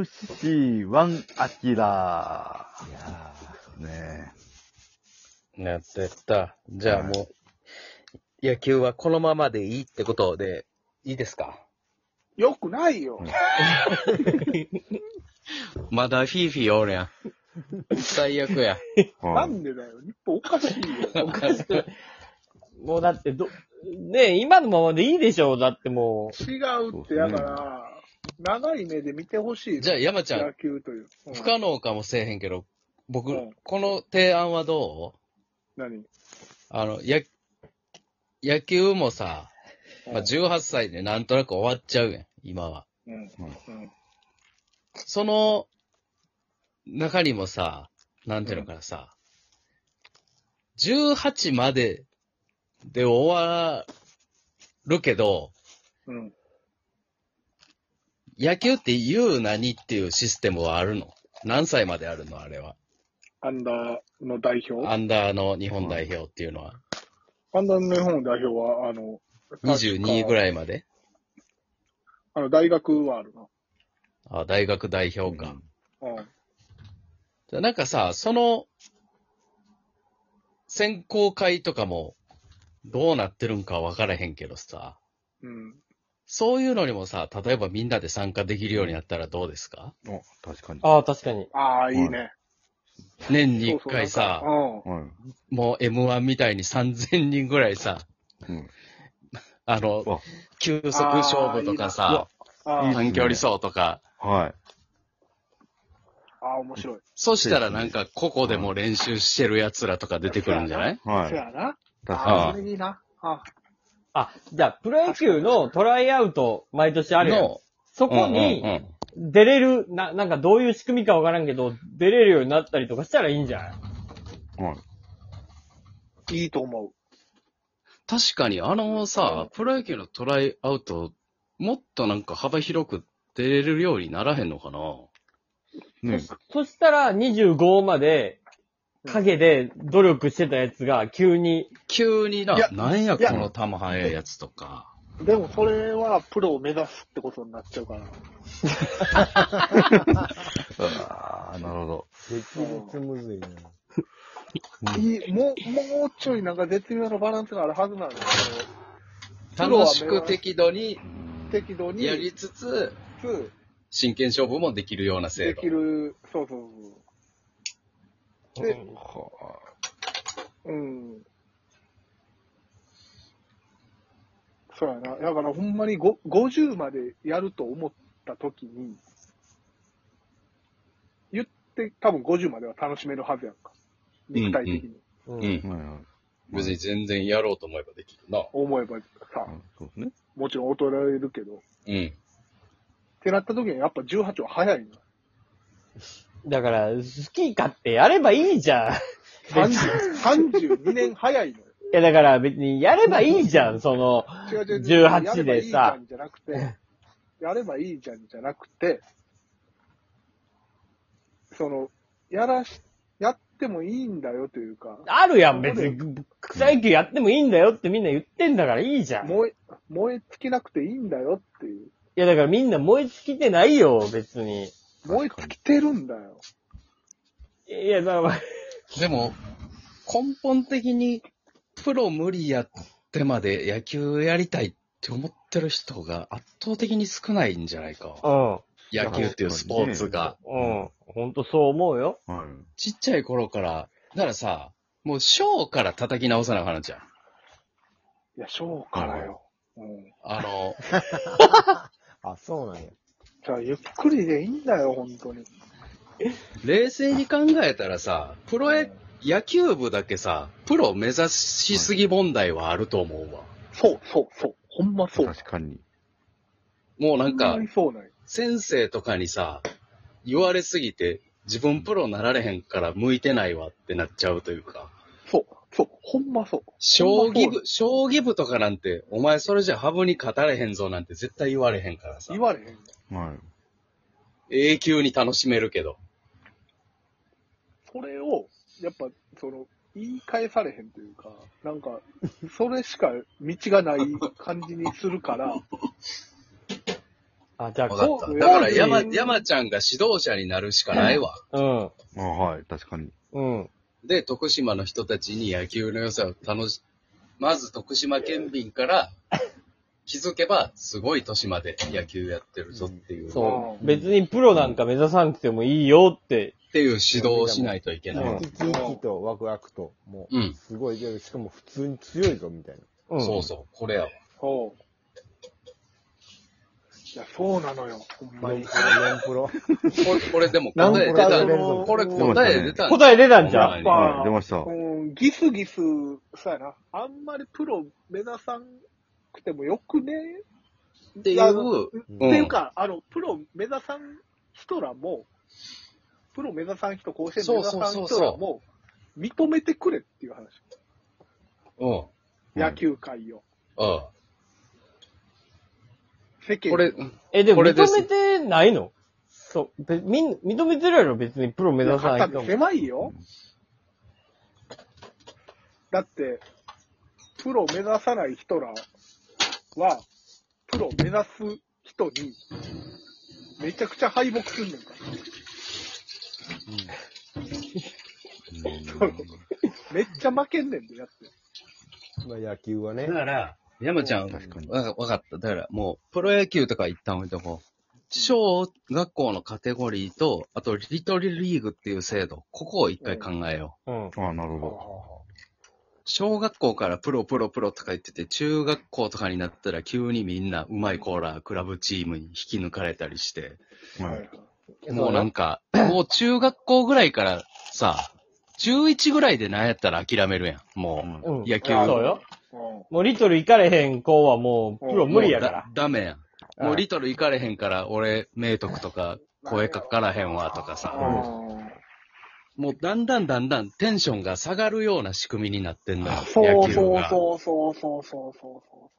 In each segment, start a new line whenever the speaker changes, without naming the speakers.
4MC1 アキラ
いや
ー。ね
やったやった。じゃあ
はい
もう、野球はこのままでいいってことで、いいですか
よくないよ。
まだフィーフィーお るやん。最悪や。
え。
な
はい
んでだよ。日本おかしいよ。
もうだってど、ねえ、今のままでいいでしょうだっても
違うって、だから、長い目で見てほしい。
じゃあ山ちゃん
野球という。うん
不可能かもせえへんけど、僕、
うん
この提案はどう
何
あの、や、野球もさ、まあ、
うん
18歳でなんとなく終わっちゃうやん、今は。
うん。
その中にもさ、なんていうのかなさ、18までで終わるけど、
うん。
野球って言う何っていうシステムはあるの何歳まであるのあれは。
アンダーの代表。
アンダーの日本代表っていうのは。
アンダーの日本代表は、あの、
22ぐ
い。
らいまで
あの、大学はあるな。
あ、大学代表か。
うん。
じゃあなんかさ、その、選考会とかも、どうなってるんかわからへんけどさ、
うん。
そういうのにもさ、例えばみんなで参加できるようになったらどうですか
お、確かに。
う。ああ、確かに。
ああ、いいね。
年に1回さ、
そう
はい。
もう M1 みたいに3000人ぐらいさ、
うん
あ
わ
の、休息勝負とかさ、
そうなんかうん。あ
短距離走とか、
はい。
あ、ああ、面白い。
そしたらなんか、ここでも練習してる奴らとか出てくるんじゃない
は
そ
い。
やな。
確
ああ、
か
それいいな。あ
あ、じゃあ、プロ野球のトライアウト、毎年あるやん。
の、
そこ
うんうんう
に、
ん
出れる、な、なんかどういう仕組みかわからんけど、出れるようになったりとかしたらいいんじゃない
に。はい。
いいと思う。
確かに、あのさ、プロ野球のトライアウト、もっとなんか幅広く出れるようにならへんのかな
ね
そしたら、25まで、影で努力してたやつが、急に、
急にな、
いや
なんや
いや
この球速いやつとか。
でもそれはプロを目指すってことになっちゃうから。
ああ、なるほど。
激烈むずいな。
いいもう、もうちょいなんか絶妙なバランスがあるはずなんですけど、プロは
楽しく適度に
適度に
やりつつ、
つ
真剣勝負もできるような
つ
制
で
度
き。る、そうそうそう。で、うん。そうやな。だからほんまにご50までやると思った時に、言って多分50までは楽しめるはずやんか。肉体的に。
う。
うんん。
はいはい。
別に全然やろうと思えばできるな。
思えばさ、
うんそうですね。
もちろん劣られるけど。
うん。
ってなった時にやっぱ18は早いな。
だから、スキー買ってやればいいじゃん。い
30 32年早いのよ。
や、だから別に、やればいいじゃん、その、
違う違う違う
18でさ
やればいいじゃんじゃなくて、やればいいじゃんじゃなくて、その、やらし、やってもいいんだよというか、
あるやん、別に。草野球やってもいいんだよってみんな言ってんだからいいじゃん。い
燃え、燃え尽きなくていいんだよっていう。
や、だからみんな燃え尽きてないよ、別に。
燃え尽きてるんだよ。
いや、だから、
でも、根本的に、プロ無理やってまで野球やりたいって思ってる人が圧倒的に少ないんじゃないか。
う
野球っていうスポーツが。
ん、うん。ほんとそう思うよ。
はい。
ちっちゃい頃から、だからさ、もう小から叩き直さなあかんのじゃん。
いや、小からよ。うん。
あの、
あ、そうなんや。
じゃあ、ゆっくりでいいんだよ、本当に。
冷静に考えたらさ、プロ野野球部だけさ、プロ目指しすぎ問題はあると思うわ。
そう、そう、そう。ほんまそう。
確かに。
もうなん
ほ
か
んま、にそうなんよ
先生とかにさ、言われすぎて、自分プロなられへんから向いてないわってなっちゃうというか。
そう、そう、ほんまそう。
将棋部、将棋部とかなんて、お前それじゃハブに勝たれへんぞなんて絶対言われへんからさ
言。われへん。
はい。
永久に楽しめるけど。
それを、やっぱ、その、言い返されへんというか、なんか、それしか道がない感じにするから、
あ、じゃあ、
わかっ
こ
た。
う
だから、
コーチ
山、山ちゃんが指導者になるしかないわ。
う、うん。
あはい、確かに。
うん。
で、徳島の人たちに野球の良さを楽し、まず徳島県民から気づけば、すごい年まで野球やってるぞっていう、っ
そ
う
う。
ん
別にプロなんか目指さなくてもいいよって。
ていう指導をしないといけない。
うん
生き生きとワクワクと、もう、
うん
すごいけど、しかも普通に強いぞ、みたい
う
な。
ん。
そうそう、これやわ。
そう。いや、そうなのよ。ほんま
4
に。
プロ、4プ
これ、これでも
なん
答え出た
な。
か
んか
の。
の
これ答え出たん
答え出たんじゃ
は
ん。
い
はい、出ました。
うん、ギスギス、そうやな。あんまりプロ目指さんくてもよくね
ってい
あの
う、
っていうか、あの、プロ目指さん人らも、プロ目指さん人、甲子園目指さん
そうそう
人
そう
ら
そ
も、認めてくれっていう話。
うん、うん。
野球界を。
こ
世間を
れ、
え、でも
これ
認
です
めてないのそう。べみん、認めてるやろ、別にプロ目指さない
いや
人
肩
も。
狭いよ。だって、プロ目指さない人らは、プロ目指す人に、めちゃくちゃ敗北すんねんから。
うん
めっちゃ負けんねんで、やって。
ロ。まあ、野球はね
だ。から、山ちゃん、
確かに
わわかった。だから、もう、プロ野球とか一旦置いとこう。小学校のカテゴリーと、あと、リトルリーグっていう制度、ここを一回考えよう。
うん。
あなるほ
小学校からプロプロプロとか言ってて、中学校とかになったら急にみんなうまいコーラ、クラブチームに引き抜かれたりして、
ど。はい。
もうなんか、もう中学校ぐらいからさ、11ぐらいでなんやったら諦めるやん。もう、
うん。
野球
そうよ。
うん
もうリトル行かれへん子はもう、プロ無理やから
も。うだダメやん。
うん
もうリトル行かれへんから、俺、明徳とか、声かからへんわとかさ、もうだんだんだんだんテンションが下がるような仕組みになってんのよ、
そ
野
う
球
そう
が。
そうそうそうそうそうそ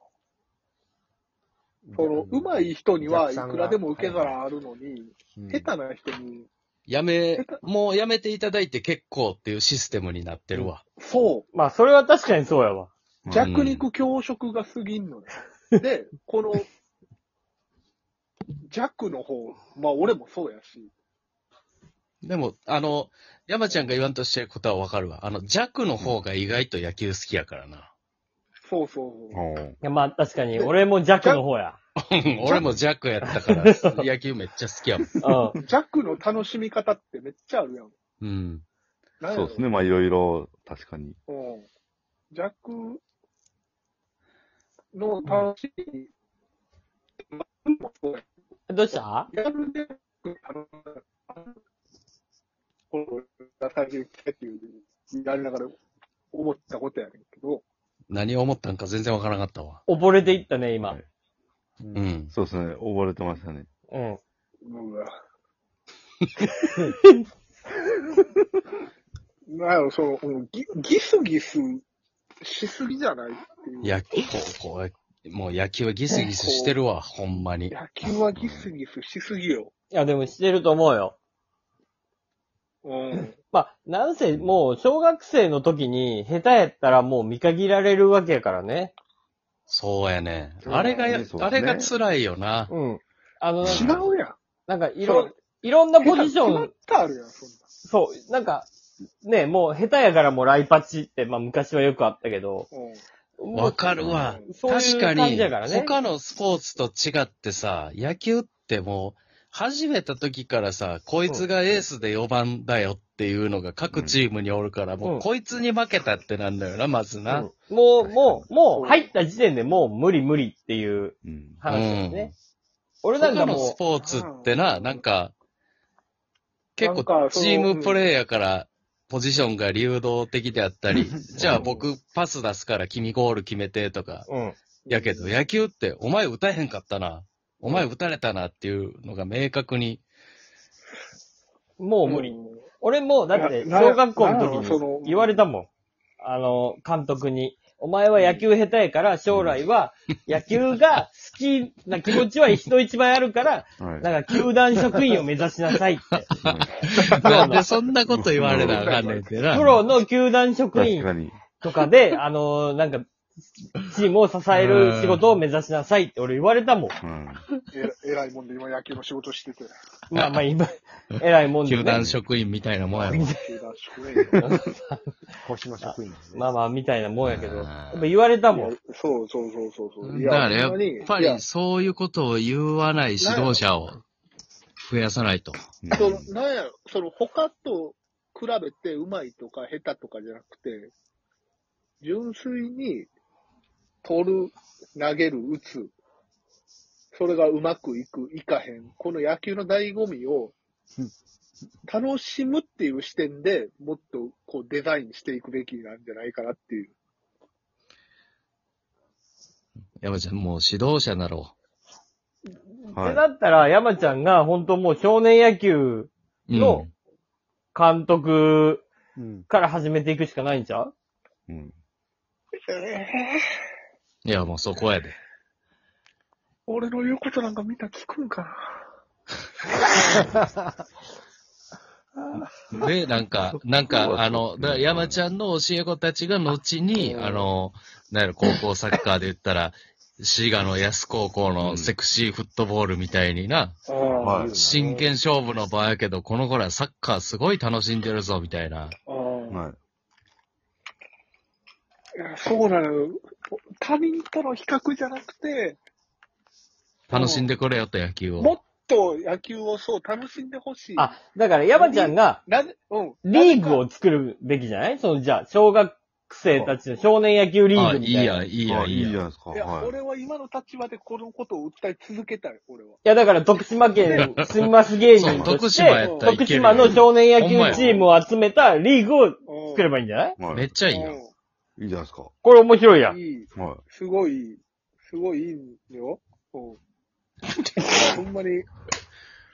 う。その、
う
上手い人にはいくらでも受け皿あるのに、
うん
下手な人に、
やめ、もうやめていただいて結構っていうシステムになってるわ。
そ
まあ、それは確かにそうやわ。
う
う、
ん
弱肉強食が過ぎんの ね。で、この、弱の方、まあ俺もそうやし、
でも、あの、山ちゃんが言わんとしてることはわかるわ。あの、弱の方が意外と野球好きやからな。
そうそうそう。
おー
いやまあ、確かに、俺も弱の方や。
俺も弱やったから、野球めっちゃ好きやもん。
うん。
弱の楽しみ方ってめっちゃあるやん。
うん。
なんや
そ
ろ
うですね。まあ、いろいろ、確かに。
うん。弱の楽しみ、まあそうや
どうした
リアルで、あの、この、最近来たっていう、やりながら思ったことやねんけど、
何を思ったんか全然わからなかったわ。
溺れていったね、今
はい。
う。ん。
そうですね。溺れてましたね。
うん。
うわ。なんやろ、その、うんギギスギスしすぎじゃないっていう。
いや、こう、こう、もう野球はギスギスしてるわ、ほんまに。
野球はギスギスしすぎよ。
いや、でもしてると思うよ。
うん。
まあ、なんせ、もう、小学生の時に、下手やったらもう見限られるわけやからね。
そうやね。あれがや、
そうね
あれが辛いよな。
うん。あの、
違うやん。
なんか、い
そ
ろ
う、
いろんなポジシ
下手
ョ
決まっ
ン、
たあるやん、そん
そう、なんか、ね、もう、下手やからもう、ライパチって、まあ、昔はよくあったけど、
な。うん。
も
わ
う
かるわ。
そうい
確
う
か
感
に
じやから、ね。
他のスポーツと違ってさ、野球ってもう、始めた時からさ、こいつがエースで4番だよっていうのが各チームにおるから、もううんこいつに負けたってなんだよな、まずな。
うんもう、もう、も
そう
う、入った時点でもう無理無理っていう
うん。
話ですね。俺なん
他
か
の
も
スポーツってな、なんか、結
なん
構
かその
チームプレーやから、ポジションが流動的であったり、じゃあ僕パス出すから君ゴール決めてとか、
う、うん。
やけど野球ってお前打たへんかったな、お前打たれたなっていうのが明確に、
もう無理。
うん
俺も、だって、
な
小学校の
なそ
時
の
に言われたもん。あの、監督に。お前は野球下手やから、将来は野球が好きな気持ちは人一倍あるから、
はい。
なんか球団職員を目指しなさい って。
なんでそんなこと言われなあかんねんてな。
プロの球団職
確
員
かに。
とかで、あの、なんか、チームを支える仕事を目指しなさいって俺言われたもん。
うん。
えらえらいもんで今野球の仕事してて。
まあま あ今、偉いもんで、ね。
球団職員みたいなもんやもん。
球団宿営
星の職員ですね。
まあまあ、みたいなもんやけど。
う
や
ん
っぱ言われたもん。
そうそうそうそうそう。い
だからやっ
ほんまに
ぱ
い
り
や
そういうことを言わない指導者を増やさないと。
その、なんやろ、その、他と比べてうまいとか下手とかじゃなくて、純粋に、取る、投げる、打つ、それがうまくいく、いかへん、この野球の醍醐味を、楽しむっていう視点でもっとこうデザインしていくべきなんじゃないかなっていう。
山ちゃん、もう指導者だろ
は
って
い。
なったら、山ちゃんが本当もう少年野球
う。うん
の監督
うん。
から始めていくしかないんちゃう
うん。
いや、もうそこやで。
俺の言うことなんかみんな聞くんかな。
で、なんか、なんか、あの、だから山ちゃんの教え子たちが後に、あの、なんやろ、高校サッカーで言ったら、滋賀の安高校のセクシーフットボールみたいにな、
はい。
真剣勝負の場やけど、この頃はサッカーすごい楽しんでるぞ、みたいな。
ああ
はい。
いやそうなのよ。他人との比較じゃなくて、
楽しんでくれよと、野球を。
もっと野球をそう楽しんでほしい。
あ、だから山ちゃんが
なぜ、うん。
リーグを作るべきじゃないその、じゃあ、小学生たちの少年野球リー
あ、
グ
い
み
い
たいな。い
や、いい
あ
や、
い
いい
いじゃ
や。
ないですか。
いや、
はい。
俺は今の立場でこのことを訴え続けたい、俺は。
や、だから徳島県住みます芸人
そう
と
徳
し
島
て
やっ、たらい
徳
けるよ
島の少年野球チームを集めたリーグを
うん
作ればいいんじゃない
はい。
めっちゃいいやん。
う
いいじゃないですか。
これ面白いや
ん
ん。
いい。
は
すごいいい、すごいいいんよ。うん。ほんまに、